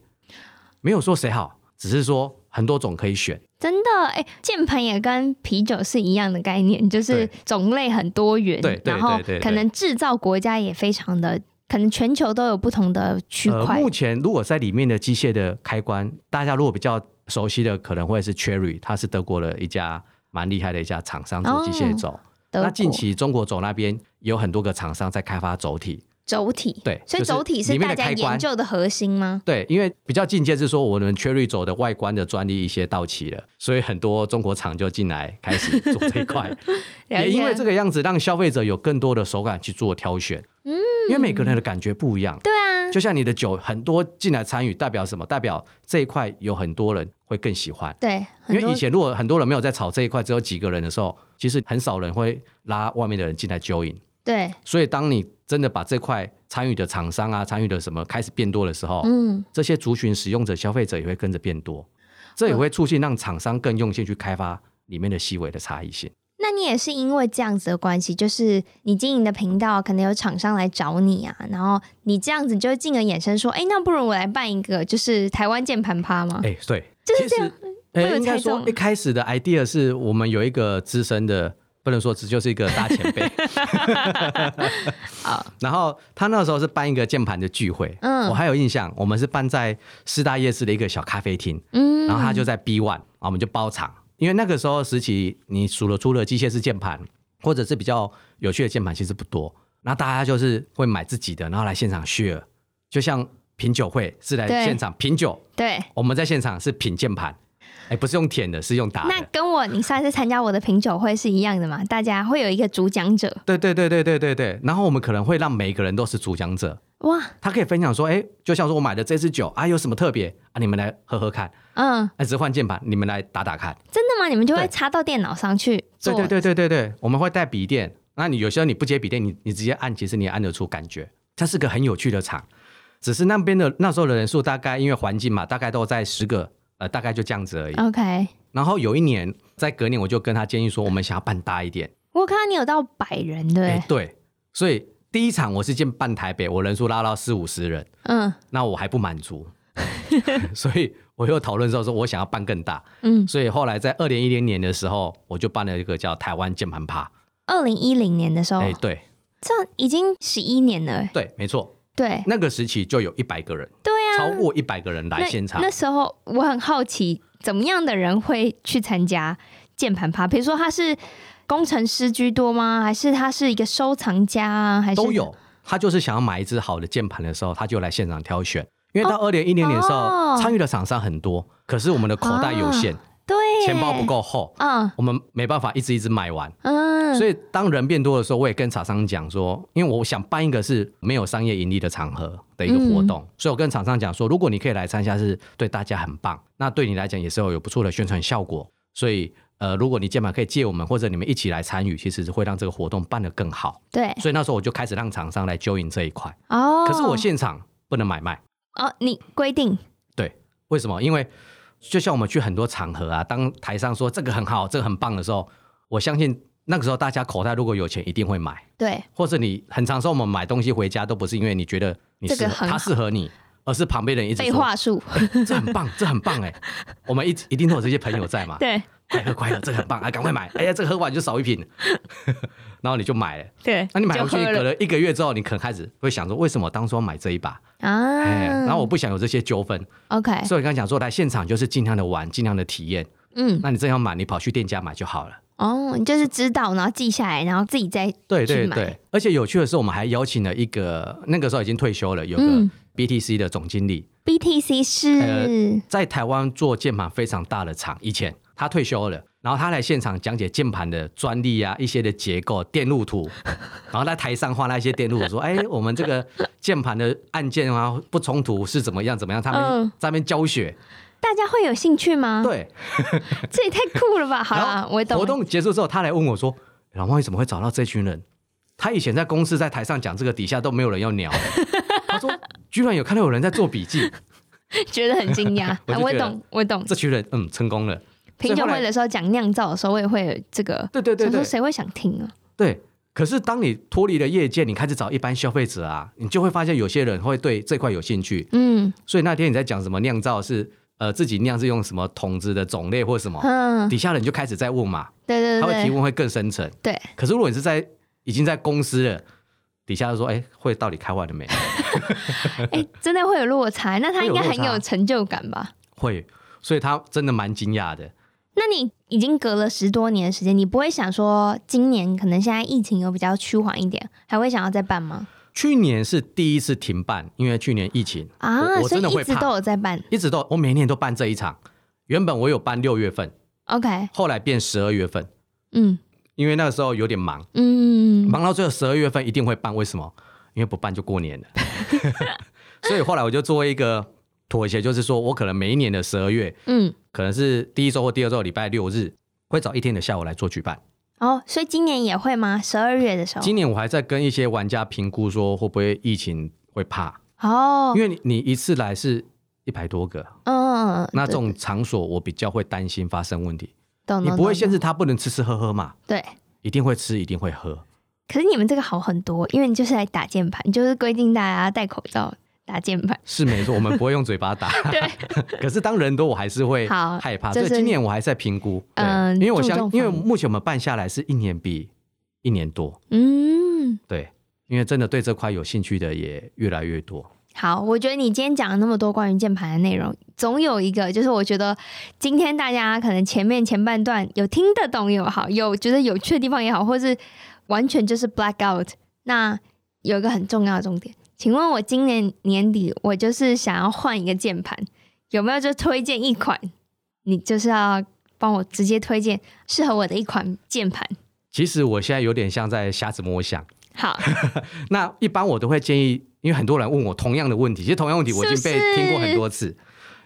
S2: 没有说谁好，只是说很多种可以选。
S1: 真的，哎、键盘也跟啤酒是一样的概念，就是
S2: 对
S1: 种类很多元
S2: 对，对
S1: 然后
S2: 对对对
S1: 可能制造国家也非常的，可能全球都有不同的区
S2: 呃，
S1: 块。
S2: 目前如果在里面的机械的开关，大家如果比较熟悉的，可能会是 Cherry，它是德国的一家蛮厉害的一家厂商
S1: 哦
S2: 做机械轴。
S1: 德国
S2: 那近期中国轴那边有很多个厂商在开发轴体，
S1: 轴体，
S2: 对
S1: 所以
S2: 就是
S1: 轴体是
S2: 里面
S1: 大
S2: 的
S1: 家
S2: 开关
S1: 研究的核心吗？
S2: 对，因为比较进阶是说我们 Cherry 轴的外观的专利一些到期了，所以很多中国厂就进来开始做这一 块，
S1: 了
S2: 也
S1: 解
S2: 因为这个样子让消费者有更多的手感去做挑选，嗯，因为每个人的感觉不一样，
S1: 对啊，
S2: 就像你的酒很多进来参与，代表什么？代表这一块有很多人会更喜欢。
S1: 对，
S2: 因
S1: 很
S2: 为
S1: 多
S2: 以前如果很多人没有在炒这一块，只有几个人的时候，其实很少人会拉外面的人进来 join。
S1: 对，
S2: 所以当你真的把这块参与的厂商啊、参与的什么开始变多的时候，
S1: 嗯，
S2: 这些族群使用者、消费者也会跟着变多，这也会促进让厂商更用心去开发里面的细微的差异性。
S1: 那你也是因为这样子的关系，就是你经营的频道可能有厂商来找你啊，然后你这样子就进而衍生说，哎、那不如我来办一个就是台湾键盘趴吗？
S2: 哎、对，
S1: 嗯就是这
S2: 其
S1: 样
S2: 实，
S1: 我有
S2: 呃，应
S1: 猜
S2: 该说
S1: 中
S2: 一开始的 idea 是我们有一个资深的，不能说资，就是一个大前 辈。 然后他那时候是办一个键盘的聚会，
S1: 嗯
S2: 我还有印象，我们是办在师大夜市的一个小咖啡厅，
S1: 嗯，
S2: 然后他就在 B One 啊，我们就包场，因为那个时候时期，你数了出了机械式键盘，或者是比较有趣的键盘，其实不多。那大家就是会买自己的，然后来现场 share，就像品酒会是来
S1: 对
S2: 现场品酒，
S1: 对。
S2: 我们在现场是品键盘，哎，不是用舔的，是用打
S1: 那
S2: 的。
S1: 跟我你上次参加我的品酒会是一样的嘛？大家会有一个主讲者，
S2: 对对对对对对对。然后我们可能会让每个人都是主讲者，
S1: 哇，
S2: 他可以分享说，哎，就像说我买的这支酒啊，有什么特别啊？你们来喝喝看，
S1: 嗯，
S2: 哎，只是换键盘，你们来打打看。
S1: 真的吗？你们就会
S2: 对
S1: 插到电脑上去
S2: 对
S1: 做？
S2: 对对对对对，我们会带笔电。那你有时候你不接笔电，你你直接按，其实你也按得出感觉。它是个很有趣的场，只是那边的那时候的人数大概因为环境嘛，大概都在十个，呃，大概就这样子而已。
S1: OK，
S2: 然后有一年，在隔年我就跟他建议说，我们想要办大一点。
S1: 我看到你有到百人欸对不对
S2: 诶对，所以第一场我是建办台北，我人数拉到四五十人，
S1: 嗯
S2: 那我还不 满足，所以我又讨论之后说，我想要办更大。
S1: 嗯，
S2: 所以后来在二零一零年的时候，我就办了一个叫台湾键盘
S1: 哦
S2: 趴。
S1: 二零一零年的时候，
S2: 哎、对
S1: 这样已经十一年了。欸
S2: 对，没错。
S1: 对
S2: 那个时期就有一百个人，
S1: 对啊，
S2: 超过一百个人来
S1: 那
S2: 现场
S1: 那。时候我很好奇，怎么样的人会去参加键盘趴？比如说他是工程师居多吗？还是他是一个收藏家啊？还是
S2: 都有。他就是想要买一只好的键盘的时候，他就来现场挑选。因为到二零一零年的时候，
S1: 哦
S2: 参与的厂商很多，可是我们的口袋有限，
S1: 对耶，
S2: 钱包不够厚，
S1: 嗯。
S2: 我们没办法一只一只买完。
S1: 嗯
S2: 所以当人变多的时候，我也跟厂商讲说，因为我想办一个是没有商业盈利的场合的一个活
S1: 嗯
S2: 动，所以我跟厂商讲说，如果你可以来参加，是对大家很棒，那对你来讲也是有不错的宣传效果。所以呃，如果你键盘可以借我们，或者你们一起来参与，其实是会让这个活动办得更好。
S1: 对
S2: 所以那时候我就开始让厂商来 join 这一块，
S1: 哎哦，
S2: 可是我现场不能买卖，
S1: 哦，你规定
S2: 对，为什么？因为就像我们去很多场合啊，当台上说这个很好，这个很棒的时候，我相信那个时候大家口袋如果有钱，一定会买。
S1: 对
S2: 或者你很常说我们买东西回家都不是因为你觉得你
S1: 这
S2: 适
S1: 个
S2: 合
S1: 很好
S2: 它适合你，而是旁边人一直
S1: 废
S2: 说
S1: 话 术，
S2: 这很棒，这很 棒哎，我们一直一定都有这些朋友在嘛，
S1: 对
S2: 快喝快喝，这个很棒啊，赶快买，哎呀这个喝完就少一瓶， 然后你就买了，
S1: 对，
S2: 那你买
S1: 就
S2: 回去
S1: 喝
S2: 可
S1: 了
S2: 能一个月之后，你可能开始会想说为什么当初要买这一把，
S1: 啊，
S2: 哎，然后我不想有这些纠纷，
S1: OK，
S2: 所以我刚才讲说来现场就是尽量的玩，尽量的体验，
S1: 嗯，
S2: 那你真要买，你跑去店家买就好了。
S1: 哦，你就是知道，然后记下来，然后自己再
S2: 对
S1: 去
S2: 对
S1: 买
S2: 对，而且有趣的是，我们还邀请了一个那个时候已经退休了，有个
S1: 嗯
S2: BTC 的总经理，
S1: BTC 是
S2: 在台湾做键盘非常大的厂，以前他退休了，然后他来现场讲解键盘的专利啊，一些的结构、电路图， 然后在台上画那些电路， 我说：“哎，我们这个键盘的按键啊不冲突是怎么样怎么样？”他们
S1: 嗯
S2: 在那边教学，
S1: 大家会有兴趣吗？，
S2: 对，
S1: 这也太酷了 吧！好
S2: 然
S1: 啦，
S2: 后
S1: 我懂
S2: 活
S1: 了。
S2: 动结束之后，他来问我说：“老猫，你怎么会找到这群人？他以前在公司在台上讲这个，底下都没有人要鸟。” 他说：“居然有看到有人在做笔记，。
S1: 觉得很惊讶
S2: 我
S1: 啊
S2: 就
S1: 我
S2: 觉得
S1: 懂，我懂。
S2: 这群人嗯成功了。所以
S1: 品酒
S2: 后来
S1: 会的时候讲酿造的时候，我也会有这个。
S2: 对对对
S1: 想说
S2: 对
S1: 谁会想听啊？
S2: 对。可是当你脱离了业界，你开始找一般消费者啊，你就会发现有些人会对这块有兴趣。
S1: 嗯
S2: 所以那天你在讲什么酿造是呃自己酿是用什么桶子的种类或什么，
S1: 嗯，
S2: 底下人就开始在问嘛，
S1: 对对
S2: 哦他会提
S1: 对
S2: 问会更深层。
S1: 对，
S2: 可是如果你是在已经在公司了，底下就说哎、会到底开完了没？
S1: 哎，真的会有落差，那他应该很有成就感吧？
S2: 会，所以他真的蛮惊讶的。
S1: 那你已经隔了十多年的时间，你不会想说今年可能现在疫情有比较趋缓一点，还会想要再办吗？
S2: 去年是第一次停办，因为去年疫情
S1: 啊，
S2: 我我
S1: 所以
S2: 真的
S1: 一
S2: 会
S1: 直都
S2: 怕，
S1: 有在办。
S2: 一直都我每年都办这一场。原本我有办六月份，
S1: OK，
S2: 后来变十二月份，
S1: 嗯
S2: 因为那个时候有点忙，
S1: 嗯，
S2: 忙到最后十二月份一定会办，为什么？因为不办就过年了。所以后来我就做一个妥协，就是说我可能每一年的十二月，
S1: 嗯，
S2: 可能是第一周或第二周的礼拜六日，会找一天的下午来做举办。
S1: 哦，所以今年也会吗？十二月的时候，
S2: 今年我还在跟一些玩家评估说会不会疫情会怕，
S1: 哦
S2: 因，为你你一次来是一百多个，
S1: 嗯，
S2: 那这种场所我比较会担心发生问题。
S1: 懂
S2: 你
S1: 懂
S2: 不会
S1: 懂
S2: 限制他不能吃吃喝喝嘛？
S1: 对。
S2: 一定会吃，一定会喝。
S1: 可是你们这个好很多，因为你就是来打键盘，你就是规定大家戴口罩打键盘。
S2: 是没 错，我们不会用嘴巴打。 可是当人多，我还是会
S1: 好
S2: 害怕。
S1: 就
S2: 所
S1: 是
S2: 以今年我还在评估，对
S1: 嗯
S2: 因为我
S1: 注
S2: 想
S1: 重，
S2: 因为
S1: 防疫
S2: 目前我们办下来是一年比一年多，
S1: 嗯，
S2: 对，因为真的对这块有兴趣的也越来越多。
S1: 好，我觉得你今天讲了那么多关于键盘的内容，总有一个就是我觉得今天大家可能前面前半段有听得懂也好，有觉得有趣的地方也好，或是完全就是 black out。那有一个很重要的重点，请问我今年年底我就是想要换一个键盘，有没有就推荐一款？你就是要帮我直接推荐适合我的一款键盘。
S2: 其实我现在有点像在瞎子摸象。
S1: 好，
S2: 那一般我都会建议，因为很多人问我同样的问题，其实同样问题我已经
S1: 是不是
S2: 被听过很多次，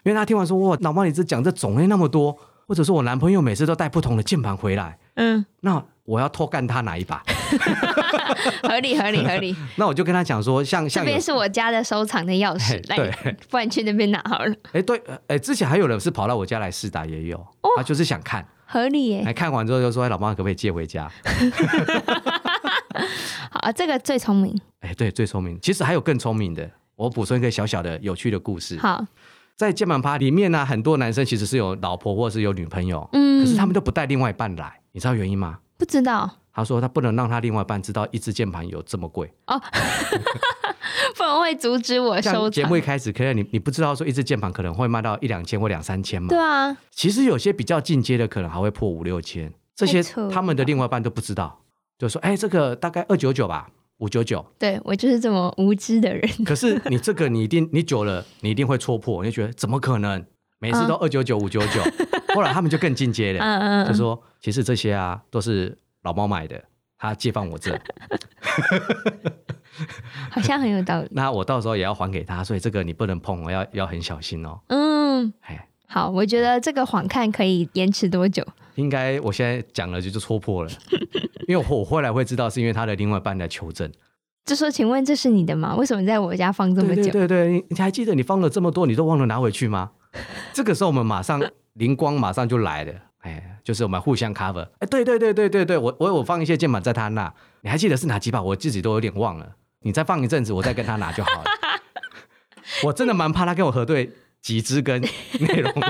S2: 因为他听完说哇，老妈你这讲这种类那么多，或者说我男朋友每次都带不同的键盘回来，
S1: 嗯，
S2: 那我要偷干他哪 一把？
S1: 合理合理合理，
S2: 那我就跟他讲说，像
S1: 这
S2: 像有
S1: 边是我家的收藏的钥匙
S2: 嘿， 对
S1: 来，不然去那边拿好了。
S2: 哎，对，呃哎，之前还有人是跑到我家来试打，也有，哦
S1: 哦
S2: 他就是想看，
S1: 合理耶。
S2: 哎，看完之后就说，哎，老妈可不可以借回家？
S1: 好，啊这个最聪明。
S2: 哎，对，最聪明，其实还有更聪明的，我补充一个小小的有趣的故事，
S1: 好，
S2: 在键盘趴里面呢、很多男生其实是有老婆或是有女朋友，
S1: 嗯，
S2: 可是他们都不带另外一半来，你知道原因吗？
S1: 不知 道，
S2: 他说他不能让他另外一半知道一支键盘有这么贵。
S1: 不然会阻止我呃收
S2: 像节
S1: 藏
S2: 目。一开始，可能你你不知道说一支键盘可能会卖到一两千或两三千嘛
S1: 对。啊，
S2: 其实有些比较进阶的，可能还会破五六千，这些
S1: 太扯了
S2: 他们的另外一半都不知道，就说：“哎，这个大概二九九吧，五九九。
S1: 对我就是这么无知的人。”
S2: 可是你这个你一定你 久了，你一定会戳破，你就觉得怎么可能？每次都二九九五九 九。后来他们就更进阶了，
S1: 嗯嗯
S2: 啊就
S1: 嗯，
S2: 说：“其实这些啊都是老猫买的，他借放我这，
S1: 好像很有道理。
S2: 那我到时候也要还给他，所以这个你不能碰，我要要很小心哦。”
S1: 嗯，
S2: 哎，
S1: 好，我觉得这个缓看可以延迟多久？
S2: 应该我现在讲了就就戳破了， 因为我我后来会知道是因为他的另外一半来求证。
S1: 就说，请问这是你的吗？为什么在我家放这么
S2: 对
S1: 久？
S2: 对对对，你你还记得你放了这么多，你都忘了拿回去 吗？这个时候我们马上灵光马上就来了，哎，就是我们互相 cover。哎，对对对对对对，我我我放一些键盘在他那，你还记得是哪几把？我自己都有点忘了。你再放一阵子，我再跟他拿就好了。 我真的蛮怕他跟我核对几支跟内容物。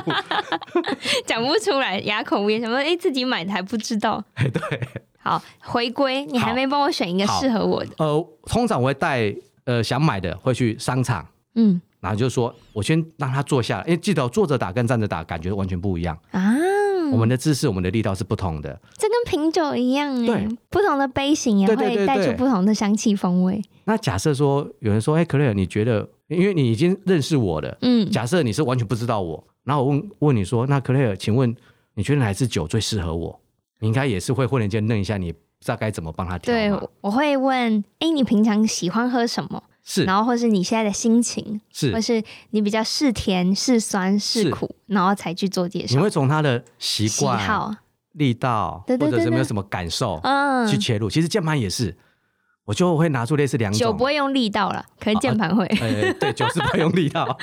S1: 讲不出来，哑口无言。想说，哎，自己买的还不知道。对。好，回归，你还
S2: 好
S1: 没帮我选一个
S2: 好
S1: 适合我的。
S2: 呃，通常我会带呃想买的会去商场，
S1: 嗯
S2: 然后就说我先让他坐下来，因为记得哦坐着打跟站着打感觉完全不一样，
S1: 啊，
S2: 我们的姿势、我们的力道是不同的。
S1: 这跟品酒一样哎
S2: 对，
S1: 不同的杯型也
S2: 对对
S1: 会
S2: 对
S1: 带出
S2: 对
S1: 不同的香气风味。
S2: 那假设说有人说，哎、克莱尔，你觉得，因为你已经认识我了，
S1: 嗯，
S2: 假设你是完全不知道我，然后我问问你说，那克莱尔，请问你觉得哪一支酒最适合我？你应该也是会忽然间愣一下，你不知道该怎么帮他调
S1: 对
S2: 嘛，
S1: 我会问，哎，你平常喜欢喝什么？
S2: 是
S1: 然后或是你现在的心情，或
S2: 是，
S1: 是你比较是甜是酸是
S2: 是
S1: 苦，然后才去做介
S2: 你
S1: 绍。
S2: 会从他的习
S1: 喜
S2: 惯、
S1: 好，
S2: 力道，
S1: 对对
S2: 或者
S1: 对
S2: 是没有
S1: 对
S2: 什么感受，
S1: 嗯
S2: 去，切入。其实键盘也是，我就会拿出类似两
S1: 酒
S2: 种
S1: 不，会用力道
S2: 啊
S1: 了，可是键盘会
S2: 呃，对，酒是不用 力道。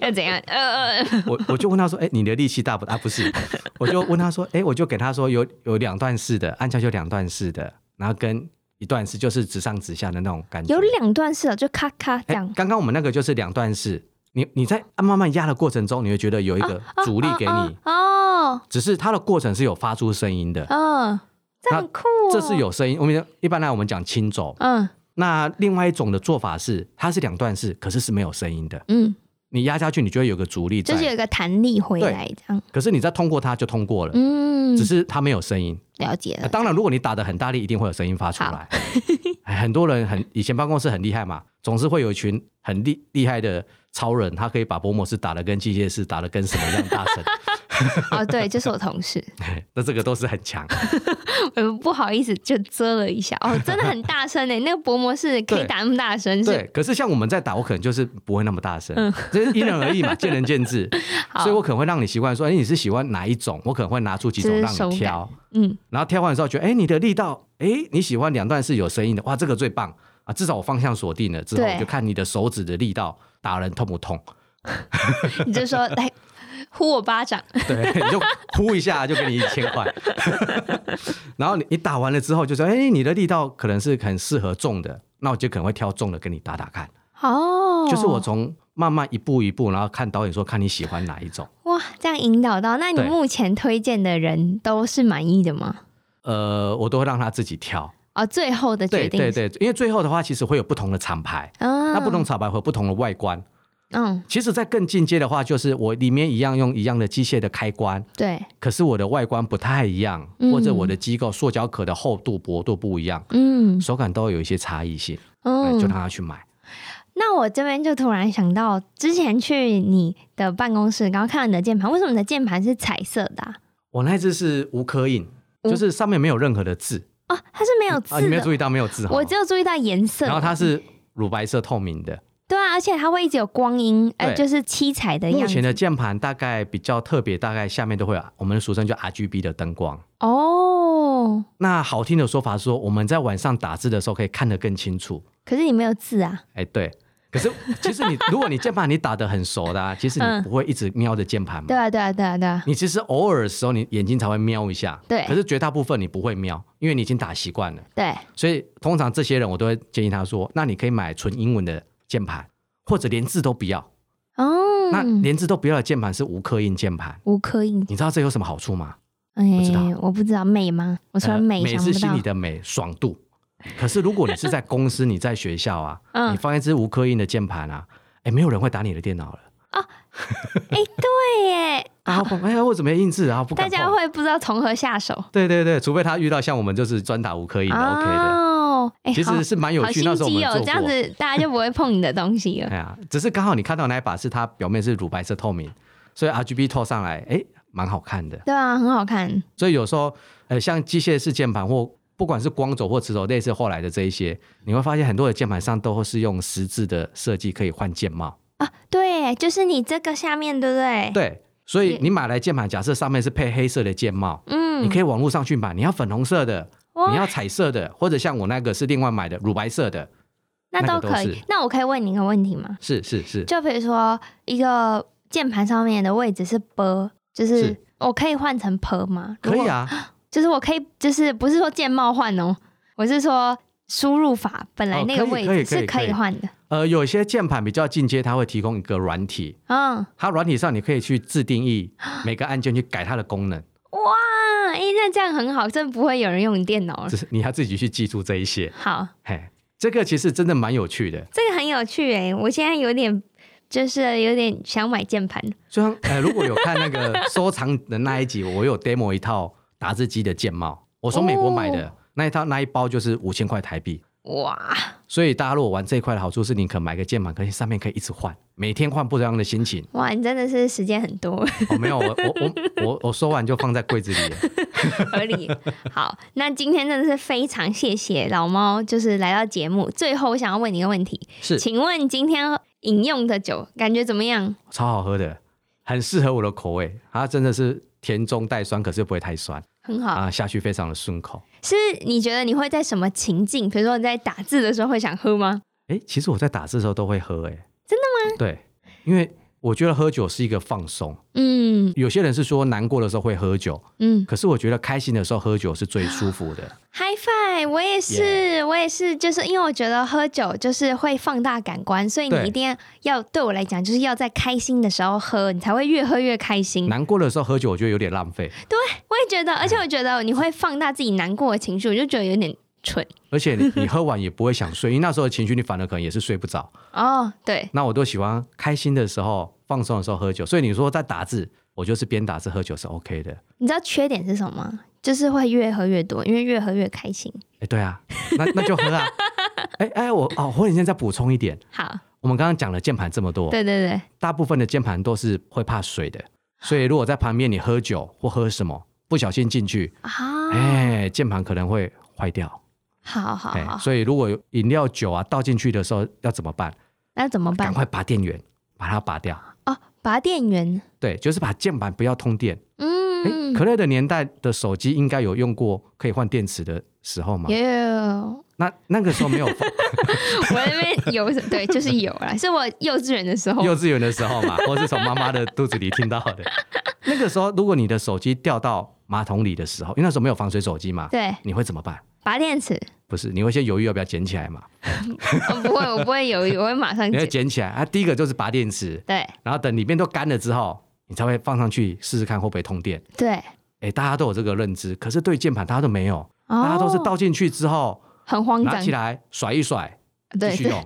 S1: 要怎样？呃， 呃呃
S2: 我我就问他说，哎、你的力气大 不大？啊不是，我就问他说，哎、我就给他说有有两段式的，按下就两段式的，然后跟一段式就是直上直下的那种感觉。
S1: 有两段式啊，就咔咔这
S2: 哎
S1: 样。
S2: 刚刚我们那个就是两段式，你你在慢慢压的过程中，你会觉得有一个阻力给你，
S1: 啊哦，
S2: 只是它的过程是有发出声音的，
S1: 嗯，这很酷哦。
S2: 这是有声音。我们一般来我们讲轻走，
S1: 嗯
S2: 那另外一种的做法是，它是两段式，可是是没有声音的。
S1: 嗯，
S2: 你压下去，你就会有个阻力在，
S1: 就是有一个弹力回来这样。
S2: 可是你再通过它就通过了，
S1: 嗯，
S2: 只是它没有声音。
S1: 了解
S2: 啊
S1: 了。
S2: 当然，如果你打的很大力，一定会有声音发出来。哎很多人很以前办公室很厉害嘛，总是会有一群很厉厉害的超人，他可以把薄膜式打的跟机械式打的跟什么样 大声，
S1: 哦，对，就是我同事，
S2: 那这个都是很强。
S1: 我呃不好意思就遮了一下。 哦，真的很大声欸诶，那个薄膜是可以
S2: 对
S1: 打那么大声，
S2: 对
S1: 是，嗯
S2: 可是像我们在打，我可能就是不会那么大声，这是因人而异 嘛，见仁见智。
S1: 好
S2: 所以我可能会让你习惯说，哎，你是喜欢哪一种？我可能会拿出几种
S1: 这是
S2: 让
S1: 手感
S2: 你挑，
S1: 嗯，
S2: 然后挑完的时候觉得，哎，你的力道，哎，你喜欢两段是有声音的，哇，这个最棒啊！至少我方向锁定了之后，
S1: 对
S2: 我就看你的手指的力道打人痛 不痛，
S1: 你就 说来呼我巴掌，
S2: 对，你就呼一下就给你一千块。 然后你你打完了之后就说，哎，你的力道可能是很适合重的，那我就可能会挑重的给你打打看。
S1: 哦，
S2: 就是我从慢慢一步一步，然后看导演说看你喜欢哪一种。
S1: 哇，这样引导到，那你
S2: 对
S1: 目前推荐的人都是满意的吗？
S2: 呃，我都会让他自己挑。
S1: 哦，最后的决
S2: 对
S1: 定，
S2: 对，对，因为最后的话，其实会有不同的厂牌，
S1: 嗯，
S2: 那不同，厂牌会有不同的外观。
S1: 嗯，
S2: 其实，在更进阶的话，就是我里面一样用一样的机械的开关，
S1: 对，
S2: 可是我的外观不太一样，
S1: 嗯
S2: 或者我的机构塑胶壳的厚度、薄度不一样，
S1: 嗯
S2: 手感都有一些差异性，哎就
S1: 嗯。
S2: 让他去买。
S1: 那我这边就突然想到，之前去你的办公室，然后看到你的键盘，为什么你的键盘是彩色的啊？
S2: 我那只是无刻印，
S1: 无
S2: 就是上面没有任何的字
S1: 哦，它是没有
S2: 啊，你
S1: 字
S2: 没
S1: 的，
S2: 有注意到没有字哈？
S1: 我只有注意到颜色。
S2: 然后它是乳白色透明的，
S1: 对啊，而且它会一直有光阴，呃，
S2: 对
S1: 就是七彩的
S2: 目
S1: 样
S2: 前
S1: 子。
S2: 的键盘大概比较特别，大概下面都会有我们俗称叫 RGB 的灯光。
S1: 哦，
S2: 那好听的说法是说，我们在晚上打字的时候可以看得更清楚。
S1: 可是你没有字啊。
S2: 哎，对。可是 其实你，如果你键盘你打得很熟的、啊，其实
S1: 嗯
S2: 你不会一直瞄着键盘嘛。
S1: 对啊，对啊，对啊，对啊。
S2: 你其实偶尔的时候，你眼睛才会瞄一下。
S1: 对
S2: 可是绝大部分你不会瞄，因为你已经打习惯了。
S1: 对，
S2: 所以通常这些人，我都会建议他说：，那你可以买纯英文的键盘，或者连字都不要。
S1: 哦，
S2: 那连字都不要的键盘是无刻印键盘。
S1: 无刻印
S2: 你知道这有什么好处吗？
S1: 哎、
S2: 知道
S1: 我不知道美吗？我除了美、
S2: 呃美
S1: 想不
S2: 是心
S1: 到
S2: 里。的美，爽度。可是如果你是在公司， 你在学校啊，
S1: 嗯
S2: 你放一支无刻印的键盘啊，哎，没有人会打你的电脑了。
S1: 哎、对耶，
S2: 啊，我哎呀，我怎么没印制啊？ 不
S1: 大
S2: 敢
S1: 家
S2: 碰。
S1: 会不知道从何下手。
S2: 对对对，除非他遇到像我们就是专打无刻印的、OK 的，
S1: 哦，啊哎、
S2: 其
S1: 好
S2: 实是蛮有
S1: 好
S2: 趣。
S1: 心
S2: 那时候我
S1: 机
S2: 们
S1: 哦，这
S2: 做
S1: 样
S2: 过。
S1: 子大家就不会碰你的东西 了。
S2: 哎呀，只是刚好你看到那一把是它表面是乳白色透明，所以 RGB 透上来，哎，蛮好看的。
S1: 对啊，很好看。
S2: 所以有时候，呃，像机械式键盘或不管是光轴或磁轴，类似后来的这一些，你会发现很多的键盘上都是用十字的设计可以换键帽。
S1: 啊，对耶，就是你这个下面，对不对？，
S2: 对，所以
S1: 对
S2: 你买来键盘，假设上面是配黑色的键帽，
S1: 嗯，
S2: 你可以网络上去买，你要粉红色的，
S1: 哇
S2: 你要彩色的，或者像我那个是另外买的乳白色的，
S1: 那
S2: 那
S1: 都
S2: 个都
S1: 可以
S2: 是。
S1: 那我可以问你一个问题吗？
S2: 是是是，
S1: 就比如说一个键盘上面的位置是 b，就是
S2: 是
S1: 我可以换成 p 吗？
S2: 可以
S1: 啊。
S2: 啊，
S1: 就是我可以，就是不是说键帽换哦，我是说输入法本来
S2: 哦
S1: 那个
S2: 可以
S1: 位
S2: 可以
S1: 置
S2: 可以
S1: 是可
S2: 可
S1: 以
S2: 以
S1: 换的。
S2: 呃，有些键盘比较进阶，它会提供一个软体，
S1: 嗯，
S2: 它软体上你可以去自定义每个按键去改它的功能，
S1: 哇，哎、那这样很好，真不会有人用你电脑了
S2: 只。是你要自己去记住这一些。
S1: 好，
S2: 嘿，这个其实真的蛮有趣的。
S1: 这个很有趣哎、我现在有点就是有点想买键盘。
S2: 就像呃，如果有看那 个收藏的那一集，我有 demo 一套打字机的键帽，我从美国买的、那一套那一包就是五千块台币。
S1: 哇，。
S2: 所以大家如果玩这一块的好处是，你可买个键盘，可以上面可以一直换，每天换不一样的心情
S1: 哇，你真的是时间很多，
S2: 哦，没有，我我我我我收完就放在柜子里了。
S1: 合理。 好，那今天真的是非常谢谢老猫，就是来到节目。最后，我想要问你一个问题，
S2: 是
S1: 请问今天饮用的酒感觉怎么样？
S2: 超好喝的，很适合我的口味。它真的是甜中带酸，可是又不会太酸
S1: 很好，
S2: 啊，下去非常的顺口。
S1: 是你觉得你会在什么情境？比如说你在打字的时候会想喝吗？
S2: 哎，其实我在打字的时候都会喝、诶哎，真的吗？对，因为我觉得喝酒是一个放松。
S1: 嗯
S2: 有些人是说难过的时候会喝酒，
S1: 嗯
S2: 可是我觉得开心的时候喝酒是最舒服的。
S1: ，Hi Fi，我也是我也是，就是因为我觉得喝酒就是会放大感官，所以你
S2: 对
S1: 一定要要对我来讲，就是要在开心的时候喝，你才会越喝越开心。
S2: 难过的时候喝酒，我觉得有点浪费，
S1: 我也觉得，而且我觉得你会放大自己难过的情绪，我就觉得有点蠢
S2: 而且你你喝完也不会想睡，因为那时候的情绪你反而可能也是睡不着。
S1: 哦。对，
S2: 那我都喜欢开心的时候、放松的时候喝酒，所以你说在打字，我就是边打字喝酒是 OK 的。
S1: 你知道缺点是什么吗？就是会越喝越多，因为越喝越开心。
S2: 哎，对啊，那那就喝啊。哎哎，我哦，我现在再补充一点，
S1: 好，
S2: 我们刚刚讲了键盘这么多，
S1: 对对对，
S2: 大部分的键盘都是会怕水的，所以如果在旁边你喝酒或喝什么，不小心进去，
S1: 啊、
S2: 哎，键盘可能会坏掉。
S1: 好好
S2: 哎，
S1: 好，
S2: 所以如果有饮料酒啊倒进去的时候要怎么办？
S1: 那怎么办
S2: 赶？快拔电源，把它拔掉。
S1: 哦，拔电源，
S2: 对，就是把键盘不要通电。哎、
S1: 嗯，
S2: 可乐的年代的手机应该有用过可以换电池的时候嘛
S1: 有？有有有，
S2: 那那个时候 没有 发，
S1: 我那边有， 对，就是有啦，是我幼稚园的时候，
S2: 幼稚园的时 候嘛，或是从妈妈的肚子里听到的。那个时候，如果你的手机掉到马桶里的时候，因为那时候没有防水手机嘛，
S1: 对，
S2: 你会怎么办？
S1: 拔电池，
S2: 不是，你会先犹豫要不要捡起来嘛？
S1: 我不会，我不会犹 豫，我会马上
S2: 你
S1: 解
S2: 要，捡起来啊，第一个就是拔电池，
S1: 对
S2: 然后等里面都干了之后，你才会放上去试试看会不会通电。
S1: 对，
S2: 哎，大家都有这个认知，可是对键盘大家都没有，
S1: 哦，
S2: 大家都是倒进去之后、
S1: 很慌
S2: 拿
S1: 张
S2: 起，来甩一甩，继
S1: 对
S2: 续
S1: 对，
S2: 用。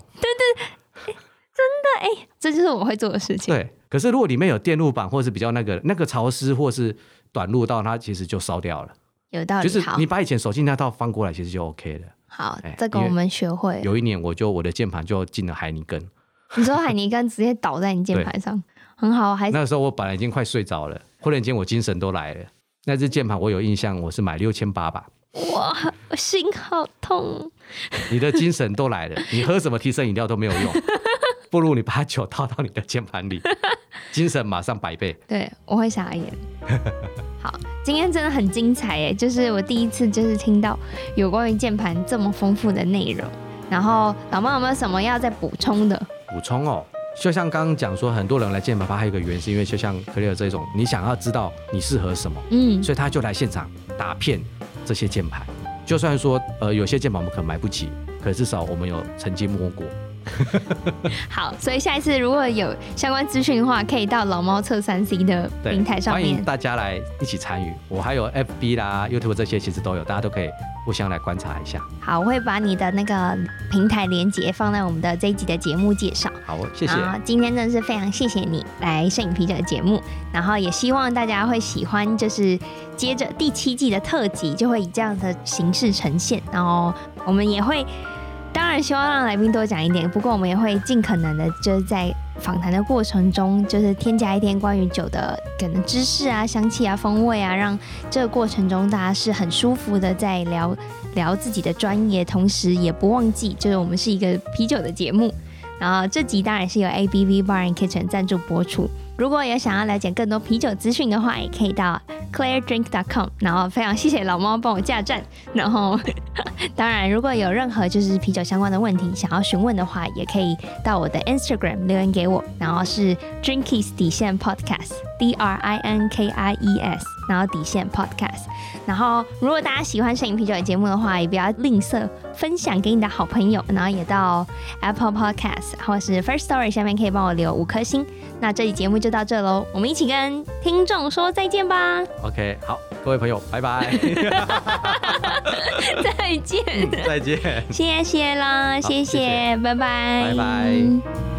S1: 这就是我会做的事情，
S2: 对，可是如果里面有电路板，或是比较那个那个潮湿，或是短路到它，其实就烧掉了。
S1: 有道
S2: 就
S1: 理，
S2: 是
S1: 好
S2: 你把以前手机那套翻过来，其实就 OK 了。
S1: 好
S2: 哎，
S1: 这个
S2: 因
S1: 我
S2: 为
S1: 们学会了。
S2: 有一年，我就我的键盘就进了海泥根，
S1: 你说海尼根直接倒在你键盘上，很好，还是
S2: 那个时候我本来已经快睡着了，忽然间我精神都来了。那只键盘我有印象，我是买六千八吧。
S1: 哇，我心好痛。
S2: 你的精神都来了，你喝什么提神饮料都没有用，不如你把酒倒到你的键盘里，精神马上百倍。
S1: 对，我会傻 眼。好，今天真的很精彩耶！就是我第一次就是听到有关于键盘这么丰富的内容。然后老妈有没有什么要再补充的？
S2: 补充哦，就像刚刚讲说，很多人来键盘吧，还有一个原因是因为就像 Clear 这种，你想要知道你适合什么，
S1: 嗯，
S2: 所以他就来现场打片这些键盘。就算说呃有些键盘我们可能买不起，可至少我们有曾经摸过。
S1: 好，所以下一次如果有相关资讯的话，可以到老猫测三 C 的
S2: 对，
S1: 平台上
S2: 欢迎
S1: 面。
S2: 大家来一起参与。我还有 FB 啦、YouTube 这些其实都有，大家都可以互相来观察一下。
S1: 好，我会把你的那个平台连接放在我们的这一集的节目介绍。
S2: 好，谢谢，
S1: 好，今天真的是非常谢谢你来摄影皮者的节目，然后也希望大家会喜欢，就是接着第七季的特辑就会以这样的形式呈现，然后我们也会。当然，希望让来宾多讲一点，不过我们也会尽可能的，就是在访谈的过程中，就是添加一点关于酒的可能知识啊、香气啊、风味啊，让这个过程中大家是很舒服的在聊聊自己的专业，同时也不忘记，就是我们是一个啤酒的节目，然后这集当然是由 ABV Bar and Kitchen 赞助播出。如果有想要了解更多啤酒资讯的话，也可以到 clairedrink.com。然后非常谢谢老猫帮我架站。然后， 当然如果有任何就是啤酒相关的问题想要询问的话，也可以到我的 Instagram 留言给我。然后是 Drinkies 底线 Podcast D R I N K I E S，然后底线 Podcast。然后，如果大家喜欢摄影啤酒的节目的话，也不要吝啬分享给你的好朋友，然后也到 Apple Podcast 或是 First Story 下面可以帮我留五颗星。那这期节目就到这喽，我们一起跟听众说再见 吧，
S2: OK，好，各位朋友，拜拜，
S1: 再见，
S2: 再见。
S1: 谢谢啦，
S2: 好
S1: 谢
S2: 谢谢
S1: 拜拜，
S2: 拜拜。